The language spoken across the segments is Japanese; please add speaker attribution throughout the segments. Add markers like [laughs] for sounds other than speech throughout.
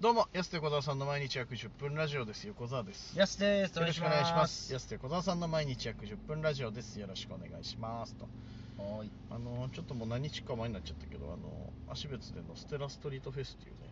Speaker 1: どうも、安手小沢さんの毎日約10分ラジオです。横澤です。
Speaker 2: やすです。
Speaker 1: よろしくお願いします。安手小沢さんの毎日約10分ラジオです。よろしくお願いします。と。
Speaker 2: はーい。
Speaker 1: あの、ちょっともう何日か前になっちゃったけど、あの、足別でのステラストリートフェスっていうね。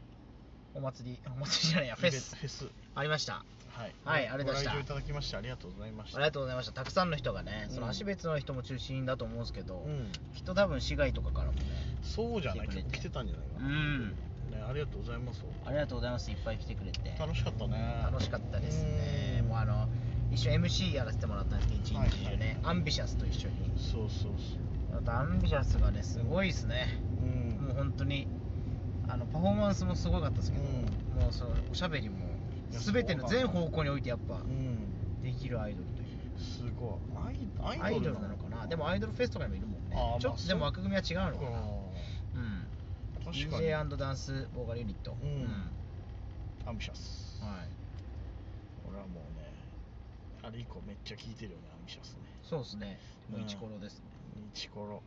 Speaker 2: お祭り、お祭りじゃないや、フェス
Speaker 1: イ。ベフェス。
Speaker 2: ありました。あ
Speaker 1: はい。
Speaker 2: はいありがとうございました
Speaker 1: ご来場いただきましてありがとうございまし
Speaker 2: り
Speaker 1: た。
Speaker 2: がとうございました。たくさんの人がね、
Speaker 1: うん
Speaker 2: その足別の人も中心だと思うんですけど、
Speaker 1: うん。
Speaker 2: きっと多分市外とかからもね、
Speaker 1: そうじゃない
Speaker 2: 来てくれ
Speaker 1: 結
Speaker 2: て
Speaker 1: 構来てたんじゃないか
Speaker 2: う
Speaker 1: な。
Speaker 2: ん。
Speaker 1: ね、ありがとうございます。
Speaker 2: ありがとうございます。いっぱい来てくれて。
Speaker 1: 楽しかったね。
Speaker 2: 楽しかったですね。
Speaker 1: うん
Speaker 2: もうあの、一緒に MC やらせてもらったんですけど、一日中
Speaker 1: はい
Speaker 2: ね、アンビシャスと一緒に。
Speaker 1: そうそうそう。
Speaker 2: またアンビシャスがね、すごいですね。
Speaker 1: うん。
Speaker 2: もう本当にあのパフォーマンスもすごかったですけど、
Speaker 1: うん
Speaker 2: もうそのおしゃべりも
Speaker 1: いや
Speaker 2: 全て
Speaker 1: そ
Speaker 2: の
Speaker 1: うだ
Speaker 2: 全
Speaker 1: ね
Speaker 2: 方向においてやっぱ
Speaker 1: うん。
Speaker 2: できるアイドルという
Speaker 1: すごいアイ
Speaker 2: アイドルなのかなでもアイドルフェスとかにもいるもんねちょっとでも枠組みは違うのかなうん
Speaker 1: 確かに
Speaker 2: DJ& ダンスボーカルユニット
Speaker 1: うんアンビシャス
Speaker 2: はい
Speaker 1: 俺はもうねあれ以降めっちゃ聴いてるよねアンビシャスね
Speaker 2: そうですねもう
Speaker 1: うん
Speaker 2: イチコロですね
Speaker 1: 日頃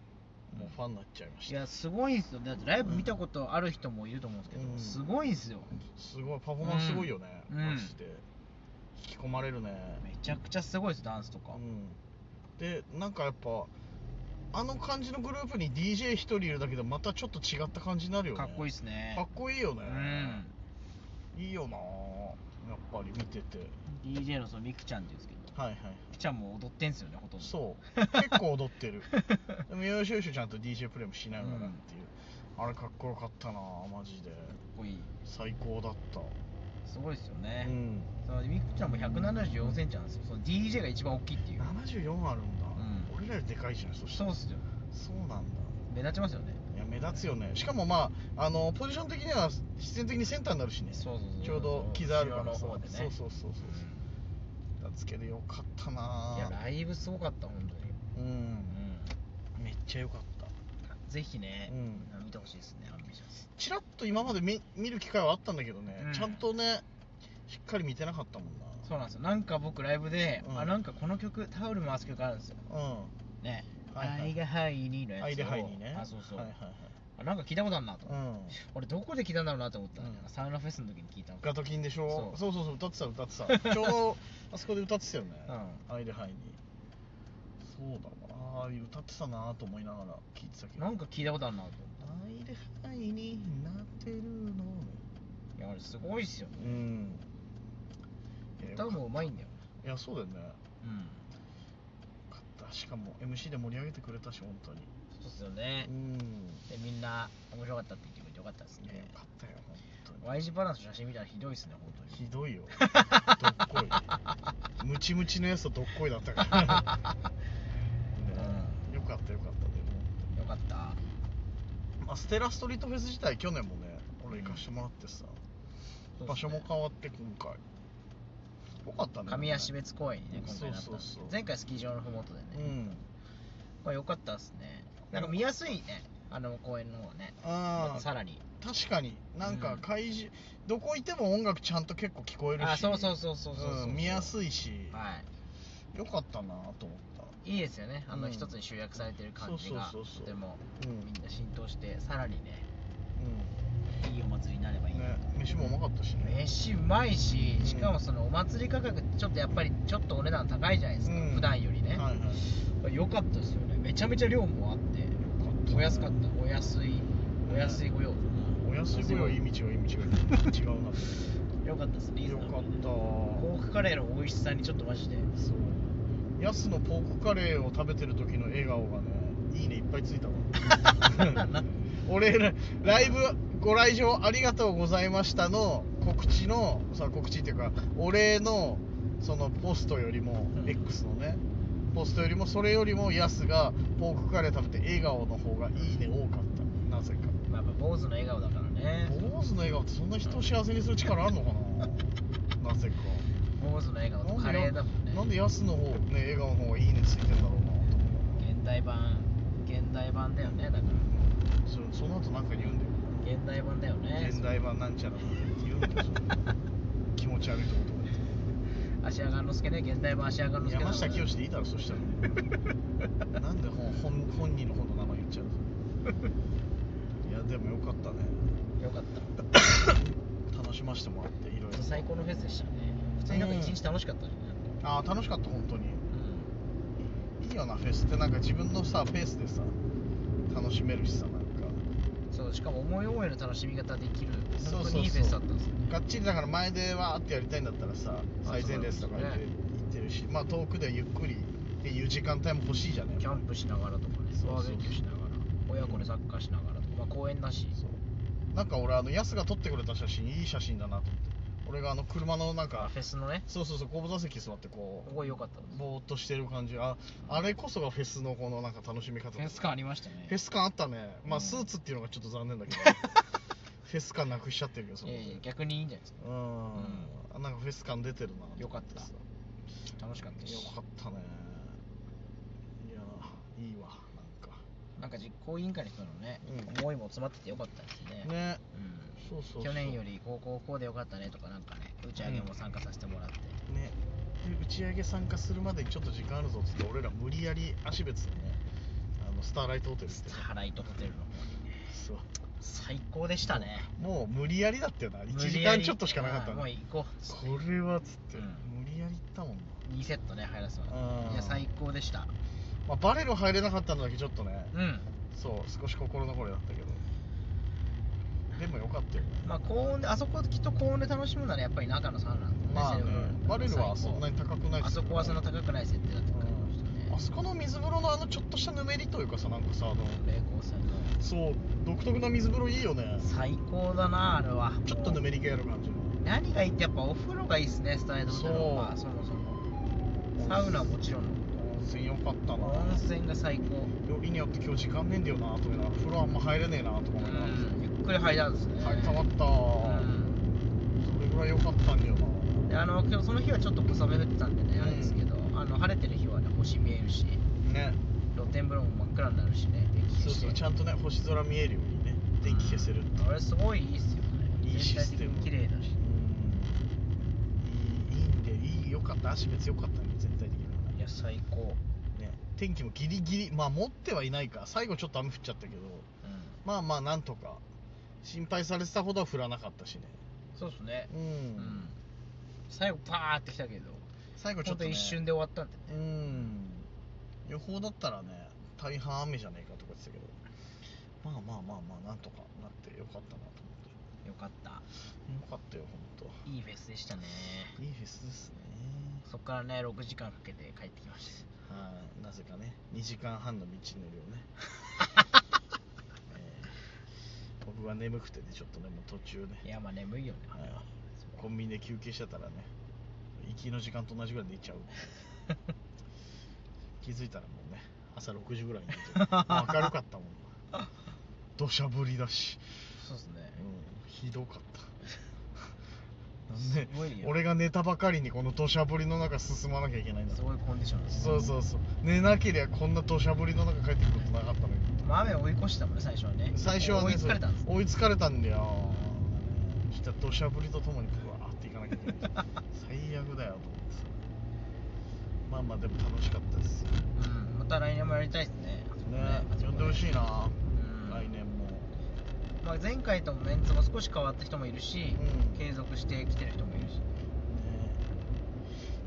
Speaker 1: もうファンになっちゃいまし
Speaker 2: い
Speaker 1: た
Speaker 2: やすごいんですよだってライブ見たことある人もいると思うんですけど、
Speaker 1: うん
Speaker 2: すごいんですよ
Speaker 1: すごいパフォーマンスすごいよね
Speaker 2: うん
Speaker 1: マジで引き込まれるね
Speaker 2: めちゃくちゃすごいですダンスとか、
Speaker 1: うんでなんかやっぱあの感じのグループに DJ 一人いるだけでまたちょっと違った感じになるよね
Speaker 2: かっこいい
Speaker 1: っ
Speaker 2: ですね
Speaker 1: かっこいいよね
Speaker 2: うん
Speaker 1: いいよなやっぱり見てて
Speaker 2: DJ のそのミクちゃんっていうんですけど
Speaker 1: はいはいはい
Speaker 2: ミクちゃんも踊ってんすよねほとんど
Speaker 1: そう結構踊っ
Speaker 2: [laughs]
Speaker 1: てるでもよしよしちゃんと DJ プレイもしながらっていう、あれかっこよかったなマジで
Speaker 2: かっこいい
Speaker 1: 最高だった、
Speaker 2: すごいですよ
Speaker 1: う
Speaker 2: ね、
Speaker 1: ん
Speaker 2: そのミクちゃんも1 7 4センチなんですよその DJ が一番大きいっていう
Speaker 1: 74あるんだ、
Speaker 2: うん
Speaker 1: 俺らよりでかいじゃんそした
Speaker 2: そう
Speaker 1: ら
Speaker 2: っすよ
Speaker 1: そうなんだ
Speaker 2: 目立ちますよね
Speaker 1: いや目立つよねしかもまああのポジション的には必然的にセンターになるしね
Speaker 2: そうそうそう
Speaker 1: ちょうど膝あるからさ
Speaker 2: 後ろの方でね
Speaker 1: そうそうそうそうだつけでよかったない
Speaker 2: やライブすごかった本当に
Speaker 1: うん、
Speaker 2: う
Speaker 1: めっちゃよかった
Speaker 2: んぜひね、
Speaker 1: うん
Speaker 2: 見てほしいですねアンビシャス
Speaker 1: ちらっと今まで見見る機会はあったんだけどね、
Speaker 2: うん
Speaker 1: ちゃんとねしっかり見てなかったもんな
Speaker 2: そうなんですよなんか僕ライブで、
Speaker 1: うん
Speaker 2: あなんかこの曲タオル回す曲あるんですよ
Speaker 1: う
Speaker 2: ね
Speaker 1: はいはい
Speaker 2: 愛がハイに」のや
Speaker 1: ん。
Speaker 2: つを
Speaker 1: アイデハイにね。
Speaker 2: あそうそう、
Speaker 1: はいはいはい。
Speaker 2: あなんか聞いたことあるなと思って、
Speaker 1: うん。
Speaker 2: 俺どこで聞いたんだろうなと思ったら、
Speaker 1: うん
Speaker 2: サウナフェスの時に聞いたの
Speaker 1: ガトキンでしょ。
Speaker 2: そ
Speaker 1: そうそうそう歌ってた歌って
Speaker 2: [laughs]
Speaker 1: た。ちょうどあそこで歌ってたよね。
Speaker 2: う
Speaker 1: アイデハイに。そうだわ。ああ歌ってたなと思いながら聞いてたけど。
Speaker 2: なんか聞いたことあるなと思っ
Speaker 1: アイデハイになってるの。
Speaker 2: ていやあれすごいっすよね
Speaker 1: うん。いや
Speaker 2: 歌もうまいんだよ
Speaker 1: いやそうだよね。よ
Speaker 2: うん
Speaker 1: かった。しかも MC で盛り上げてくれたし本当に。
Speaker 2: そうっすよね
Speaker 1: う、ん。
Speaker 2: でみんな面白かったって言ってくれてよかったです
Speaker 1: いやよ
Speaker 2: ね
Speaker 1: かったよ本当に。
Speaker 2: Y 字バランスの写真見たらひどいっすね本当に
Speaker 1: ひどい [laughs] よ。どっこい。ムチムチのやつとどっこいだったから。ねよかったよかったでも、
Speaker 2: よかった
Speaker 1: まあ、ステラストリートフェス自体去年もね俺行かしてもらってさ、場所も変わって今回よかったね
Speaker 2: 神谷標別公園にね今回なった
Speaker 1: そうそうそう
Speaker 2: 前回スキー場のふもとでね、
Speaker 1: うん
Speaker 2: まあよかったっすねなんか見やすいねあの公園の方はね
Speaker 1: あ
Speaker 2: さらに
Speaker 1: 確かになんか会場、どこいても音楽ちゃんと結構聞こえるし
Speaker 2: あそうそうそうそうそうそう
Speaker 1: うん見やすいし、
Speaker 2: は
Speaker 1: よかったなと思った
Speaker 2: いいいですよねあ
Speaker 1: う
Speaker 2: の
Speaker 1: ん
Speaker 2: 一つに集約されてる感じが
Speaker 1: そうそうそうそう
Speaker 2: とても
Speaker 1: うん
Speaker 2: みんな浸透してさらにねいいお祭りになれば
Speaker 1: う
Speaker 2: いい
Speaker 1: ん
Speaker 2: な
Speaker 1: ね飯もうまかったしね
Speaker 2: 飯うまいし
Speaker 1: うん
Speaker 2: しかもそのお祭り価格ってちょっとやっぱりちょっとお値段高いじゃないですか、
Speaker 1: うん
Speaker 2: 普段よりね、
Speaker 1: はいはい
Speaker 2: 良かったですよねめちゃめちゃ量もあってお安かったお安いお安いご用だな
Speaker 1: お安いご用いい道がいい道がいい違うな
Speaker 2: 良かったですね
Speaker 1: よかった
Speaker 2: ポークカレーの美味しさにちょっとマジで
Speaker 1: そうヤスのポークカレーを食べてる時の笑顔がねいいねいっぱいついたわ
Speaker 2: [laughs]
Speaker 1: 俺らライブご来場ありがとうございましたの告知のさ告知っていうかお礼のそのポストよりも
Speaker 2: うん
Speaker 1: X のねポストよりもそれよりもヤスがポークカレー食べて笑顔の方がいいね多かったなぜか
Speaker 2: まあやっぱ坊主の笑顔だからね
Speaker 1: 坊主の笑顔ってそんな人を幸せにする力あるのかななぜか
Speaker 2: 坊主の笑顔とカレーだもんね
Speaker 1: なんでヤスの方ね笑顔の方がいいねついてんだろうなと思
Speaker 2: 現代版現代版だよねだから
Speaker 1: うそれその後なんか言うんだよ、
Speaker 2: 現代版だよね
Speaker 1: 現代版なんちゃらって言うんだよそ
Speaker 2: [laughs]
Speaker 1: れ気持ち悪いってこと
Speaker 2: 足上がんのすけね現代版足上がんのすけ
Speaker 1: 山下清でいいだろそしたらなんで本本本人の方の名前言っちゃうのいやでもよかったね
Speaker 2: よかった
Speaker 1: 楽しまし
Speaker 2: 最高のフェスでしたね普通になんか一日楽しかったじゃない、
Speaker 1: ああ楽しかった本当に
Speaker 2: うん
Speaker 1: いいよなフェスってなんか自分のさペースでさ楽しめるしさなんか
Speaker 2: そうしかも思い思いの楽しみ方できる
Speaker 1: そ
Speaker 2: 本
Speaker 1: うそう
Speaker 2: 当
Speaker 1: そう
Speaker 2: にいいフェスだったんですよね
Speaker 1: がっちりだから前でわーってやりたいんだったらさ最前列とか行って
Speaker 2: そうですね
Speaker 1: 行ってるしまあ遠くでゆっくりっていう時間帯も欲しいじゃない
Speaker 2: キャンプしながらとかね
Speaker 1: そうそう
Speaker 2: バーベキューしながら親子でサッカーしながらとか、まあ、公園だし
Speaker 1: そうなんか俺あのヤスが撮ってくれた写真いい写真だなと思って俺があの車のなん
Speaker 2: あ
Speaker 1: か
Speaker 2: フェスのね
Speaker 1: そうそうそう後部座席座ってこ
Speaker 2: こ
Speaker 1: う
Speaker 2: こ良かったです
Speaker 1: ぼーっとしてる感じああれこそがフェスのこのなんか楽しみ方だ
Speaker 2: フェス感ありましたね
Speaker 1: フェス感あったねま
Speaker 2: う
Speaker 1: あ
Speaker 2: ん
Speaker 1: スーツっていうのがちょっと残念
Speaker 2: [laughs]
Speaker 1: だけどフェス感なくしちゃってるけどその
Speaker 2: いやいや逆にいいんじゃないですか
Speaker 1: うんなんかフェス感出てるな
Speaker 2: よかったです楽しかったし
Speaker 1: よかったねいやいいわなんか
Speaker 2: なんか実行委員会の人のね、
Speaker 1: うん
Speaker 2: 思いも詰まっててよかったですね
Speaker 1: ね
Speaker 2: う
Speaker 1: そ
Speaker 2: ん
Speaker 1: うそうそう
Speaker 2: 去年よりこうこうこうでよかったねとかなんかね打ち上げも参加させてもらって、
Speaker 1: ねで打ち上げ参加するまでにちょっと時間あるぞっつって俺ら無理やり足別でねあのスターライトホテルって
Speaker 2: ハライトホテルの方にね
Speaker 1: そう
Speaker 2: 最高でしたね
Speaker 1: もう無理やりだったよな1
Speaker 2: 無
Speaker 1: 時
Speaker 2: 理や
Speaker 1: 間
Speaker 2: り
Speaker 1: ちょっとしかなかった
Speaker 2: あ
Speaker 1: ね
Speaker 2: もう行
Speaker 1: こ
Speaker 2: こ
Speaker 1: れはっつって、
Speaker 2: うん
Speaker 1: 無理やり行ったもんな、
Speaker 2: う2セットね入らせても
Speaker 1: う
Speaker 2: らっ
Speaker 1: ん
Speaker 2: ていや最高でした
Speaker 1: まあ、バレル入れなかったのだけちょっとね、
Speaker 2: うん
Speaker 1: そう少し心残りだったけどでもよかったよね
Speaker 2: まあ高温であそこきっと高温で楽しむならやっぱり中のサウナなんですね
Speaker 1: まあね
Speaker 2: それは
Speaker 1: バレルはそんなに高くない
Speaker 2: あそこはそんな高くない設定だったから
Speaker 1: あそこの水風呂のあのちょっとしたぬめりというかさなんかさあの
Speaker 2: 霊光線の
Speaker 1: そう独特な水風呂いいよね
Speaker 2: 最高だなあれは
Speaker 1: ちょっとぬめりがやる感じ
Speaker 2: 何がいいってやっぱお風呂がいいっすねスタイルホテル
Speaker 1: そう
Speaker 2: はまあそもそもサウナはもちろん
Speaker 1: 温泉よかったな
Speaker 2: 温泉が最高
Speaker 1: よりによって今日時間ねえんだよなとかな風呂あんま入れねえなとか
Speaker 2: う
Speaker 1: 思いながら
Speaker 2: んゆっくり入ったんですね
Speaker 1: 入りたかった、
Speaker 2: うん
Speaker 1: それぐらい良かったんだよな
Speaker 2: であの今日その日はちょっと小雨降ってたんでねあれですけどあの晴れてる日はね星見えるし
Speaker 1: ね
Speaker 2: 露天風呂も真っ暗になるしね電気
Speaker 1: そ
Speaker 2: 消
Speaker 1: う
Speaker 2: して
Speaker 1: そうちゃんとね星空見えるようにね電気消せるって
Speaker 2: あれすごいいいっすよね
Speaker 1: いいシステム
Speaker 2: 全体的に綺麗だし
Speaker 1: うんいいいいんでいいよかった足別よかったね全体的に
Speaker 2: いや最高
Speaker 1: ね天気もギリギリまあ持ってはいないか最後ちょっと雨降っちゃったけど
Speaker 2: うん
Speaker 1: まあまあなんとか心配されてたほどは降らなかったしね
Speaker 2: そうっすね
Speaker 1: うん、
Speaker 2: うん最後パーってきたけど
Speaker 1: 最後ちょ
Speaker 2: 本
Speaker 1: っ
Speaker 2: 当
Speaker 1: と、ね、
Speaker 2: 一瞬で終わったんで
Speaker 1: うん予報だったらね大半雨じゃねえかとか言ってたけどまあまあまあまあなんとかなってよかったなと思って
Speaker 2: よかった
Speaker 1: よかったよほんと
Speaker 2: いいフェスでしたね
Speaker 1: いいフェスですね
Speaker 2: そこからね6時間かけて帰ってきまし
Speaker 1: はいなぜかね2時間半の道のりをね、
Speaker 2: [laughs]
Speaker 1: えー僕は眠くてねちょっとねもう途中
Speaker 2: たい
Speaker 1: ね、
Speaker 2: やまあ眠いよねあ
Speaker 1: はい
Speaker 2: れはそ
Speaker 1: コンビニで休憩してたらね行きの時間と同じぐらい寝ちゃう
Speaker 2: [laughs]
Speaker 1: 気づいたらもうね朝6時ぐらいに寝てるもう明るかったもん土砂降りだし、
Speaker 2: そうですね
Speaker 1: うん、ひどかったなんです
Speaker 2: ごいよ
Speaker 1: 俺が寝たばかりにこの土砂降りの中進まなきゃいけないんだ
Speaker 2: すごいコンディションです
Speaker 1: そうそうそう寝なけりゃこんな土砂降りの中帰ってくることなかったのに
Speaker 2: まあ雨を追い越したもんね最初はね
Speaker 1: 最初はね
Speaker 2: 追いつかれたんです
Speaker 1: そう追いつかれたんだよそしたら土砂降りとともにブワーって行かなきゃいけない最悪だよと思ってさまあまあでも楽しかったですよ
Speaker 2: うんまた来年もやりたいですね
Speaker 1: ね
Speaker 2: あそ
Speaker 1: 呼
Speaker 2: こ
Speaker 1: んでほしいな、
Speaker 2: うん
Speaker 1: 来年も
Speaker 2: まあ、前回ともメンツも少し変わった人もいるし、
Speaker 1: うん
Speaker 2: 継続してきてる人もいるし
Speaker 1: ね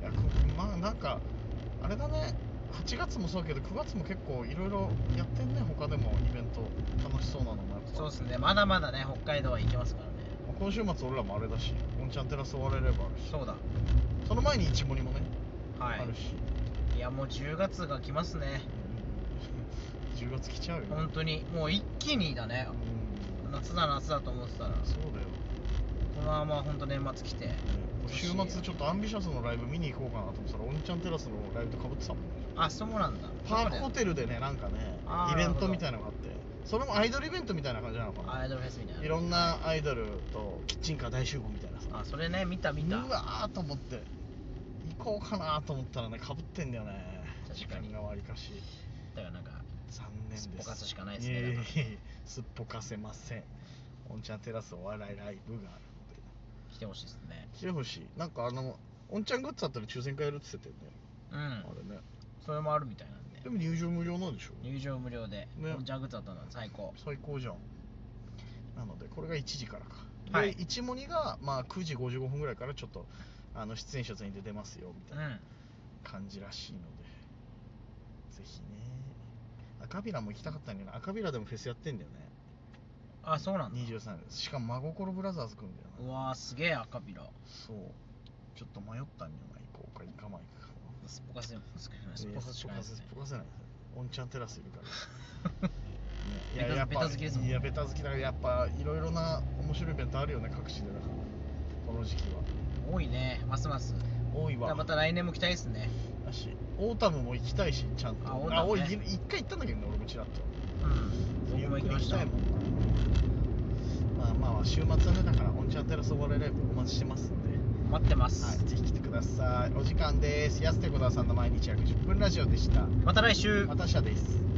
Speaker 1: いやこまあなんかあれだね8月もそうだけど9月も結構いろいろやってんね他でもイベント楽しそうなのもやっぱ
Speaker 2: そうですねまだまだね北海道は行けますからね
Speaker 1: 今週末俺らもあれだしオンチャンテラス終われればあるし
Speaker 2: そうだ
Speaker 1: その前に一森もね、
Speaker 2: はい
Speaker 1: あるし
Speaker 2: いやもう10月が来ますね
Speaker 1: うん10月来ちゃうよ、
Speaker 2: 本当にもう一気にだね
Speaker 1: うん
Speaker 2: 夏だ夏だと思ってたら
Speaker 1: そうだよ、
Speaker 2: このまま本当年末来て
Speaker 1: ね週末ちょっとアンビシャスのライブ見に行こうかなと思ってたらオンチャンテラスのライブとかぶってたもんね
Speaker 2: あそうなんだ
Speaker 1: パークホ
Speaker 2: ル
Speaker 1: テルでねなんかね
Speaker 2: あー
Speaker 1: イベン
Speaker 2: なるほ
Speaker 1: ト
Speaker 2: ど
Speaker 1: みたいなのがあってそれもアイドルイベントみたいな感じなのかな
Speaker 2: アイドルフェスみたいない
Speaker 1: ろんなアイドルとキッチンカー大集合みたいなさ
Speaker 2: あそれね見た見た
Speaker 1: うわーと思って行こうかなと思ったらねかぶってんだよね
Speaker 2: 確かに
Speaker 1: 時間がわりかし
Speaker 2: だからなんか
Speaker 1: 残念です
Speaker 2: すっぽかすしかないですね
Speaker 1: やいやいや
Speaker 2: だから
Speaker 1: すっぽかせませんおんちゃんテラスお笑いライブがあるので
Speaker 2: 来てほしいですね
Speaker 1: 来てほしいなんかあのおんちゃんグッズあったら抽選会やるって言ってたよね、
Speaker 2: うん
Speaker 1: あれね
Speaker 2: それもあるみたいなんで
Speaker 1: でも入場無料なんでしょ
Speaker 2: 入場無料で、
Speaker 1: ね
Speaker 2: ジャグザだったの最高
Speaker 1: 最高じゃんなのでこれが1時からか
Speaker 2: はい
Speaker 1: で一森が、まあ、9時55分ぐらいからちょっとあの出演者全員で出ますよみたいな感じらしいので、ぜひね赤ビラも行きたかったんだけど赤ビラでもフェスやってんだよね
Speaker 2: あそうなんだ
Speaker 1: 23しかも真心ブラザーズくんだよな
Speaker 2: うわーすげえ赤ビラ
Speaker 1: そうちょっと迷ったんじゃない行こうか行かないか
Speaker 2: すっぽかせすっぽかせ
Speaker 1: いやすっぽかせすっぽかせないオンチャンテラスいるからい
Speaker 2: ベタ
Speaker 1: ややっぱ
Speaker 2: ベタ好きですもん
Speaker 1: いやベタ好きだからやっぱいろいろな面白いイベントあるよね各地でだからこの時期は
Speaker 2: 多いねますます
Speaker 1: 多いわ
Speaker 2: また来年も来たいですね
Speaker 1: だしオータムも行きたいしちゃんと
Speaker 2: あオータムね
Speaker 1: 俺一回行ったんだけどね俺もちらっと
Speaker 2: うん僕も行きました
Speaker 1: ゆっくり行きたいもんまあまあ週末はねだからオンチャンテラスお笑いライブお待ちしてますんで
Speaker 2: 待ってます、
Speaker 1: はい、ぜひ来てくださいお時間です安手小沢さんの毎日約10分ラジオでした
Speaker 2: また来週
Speaker 1: また明日です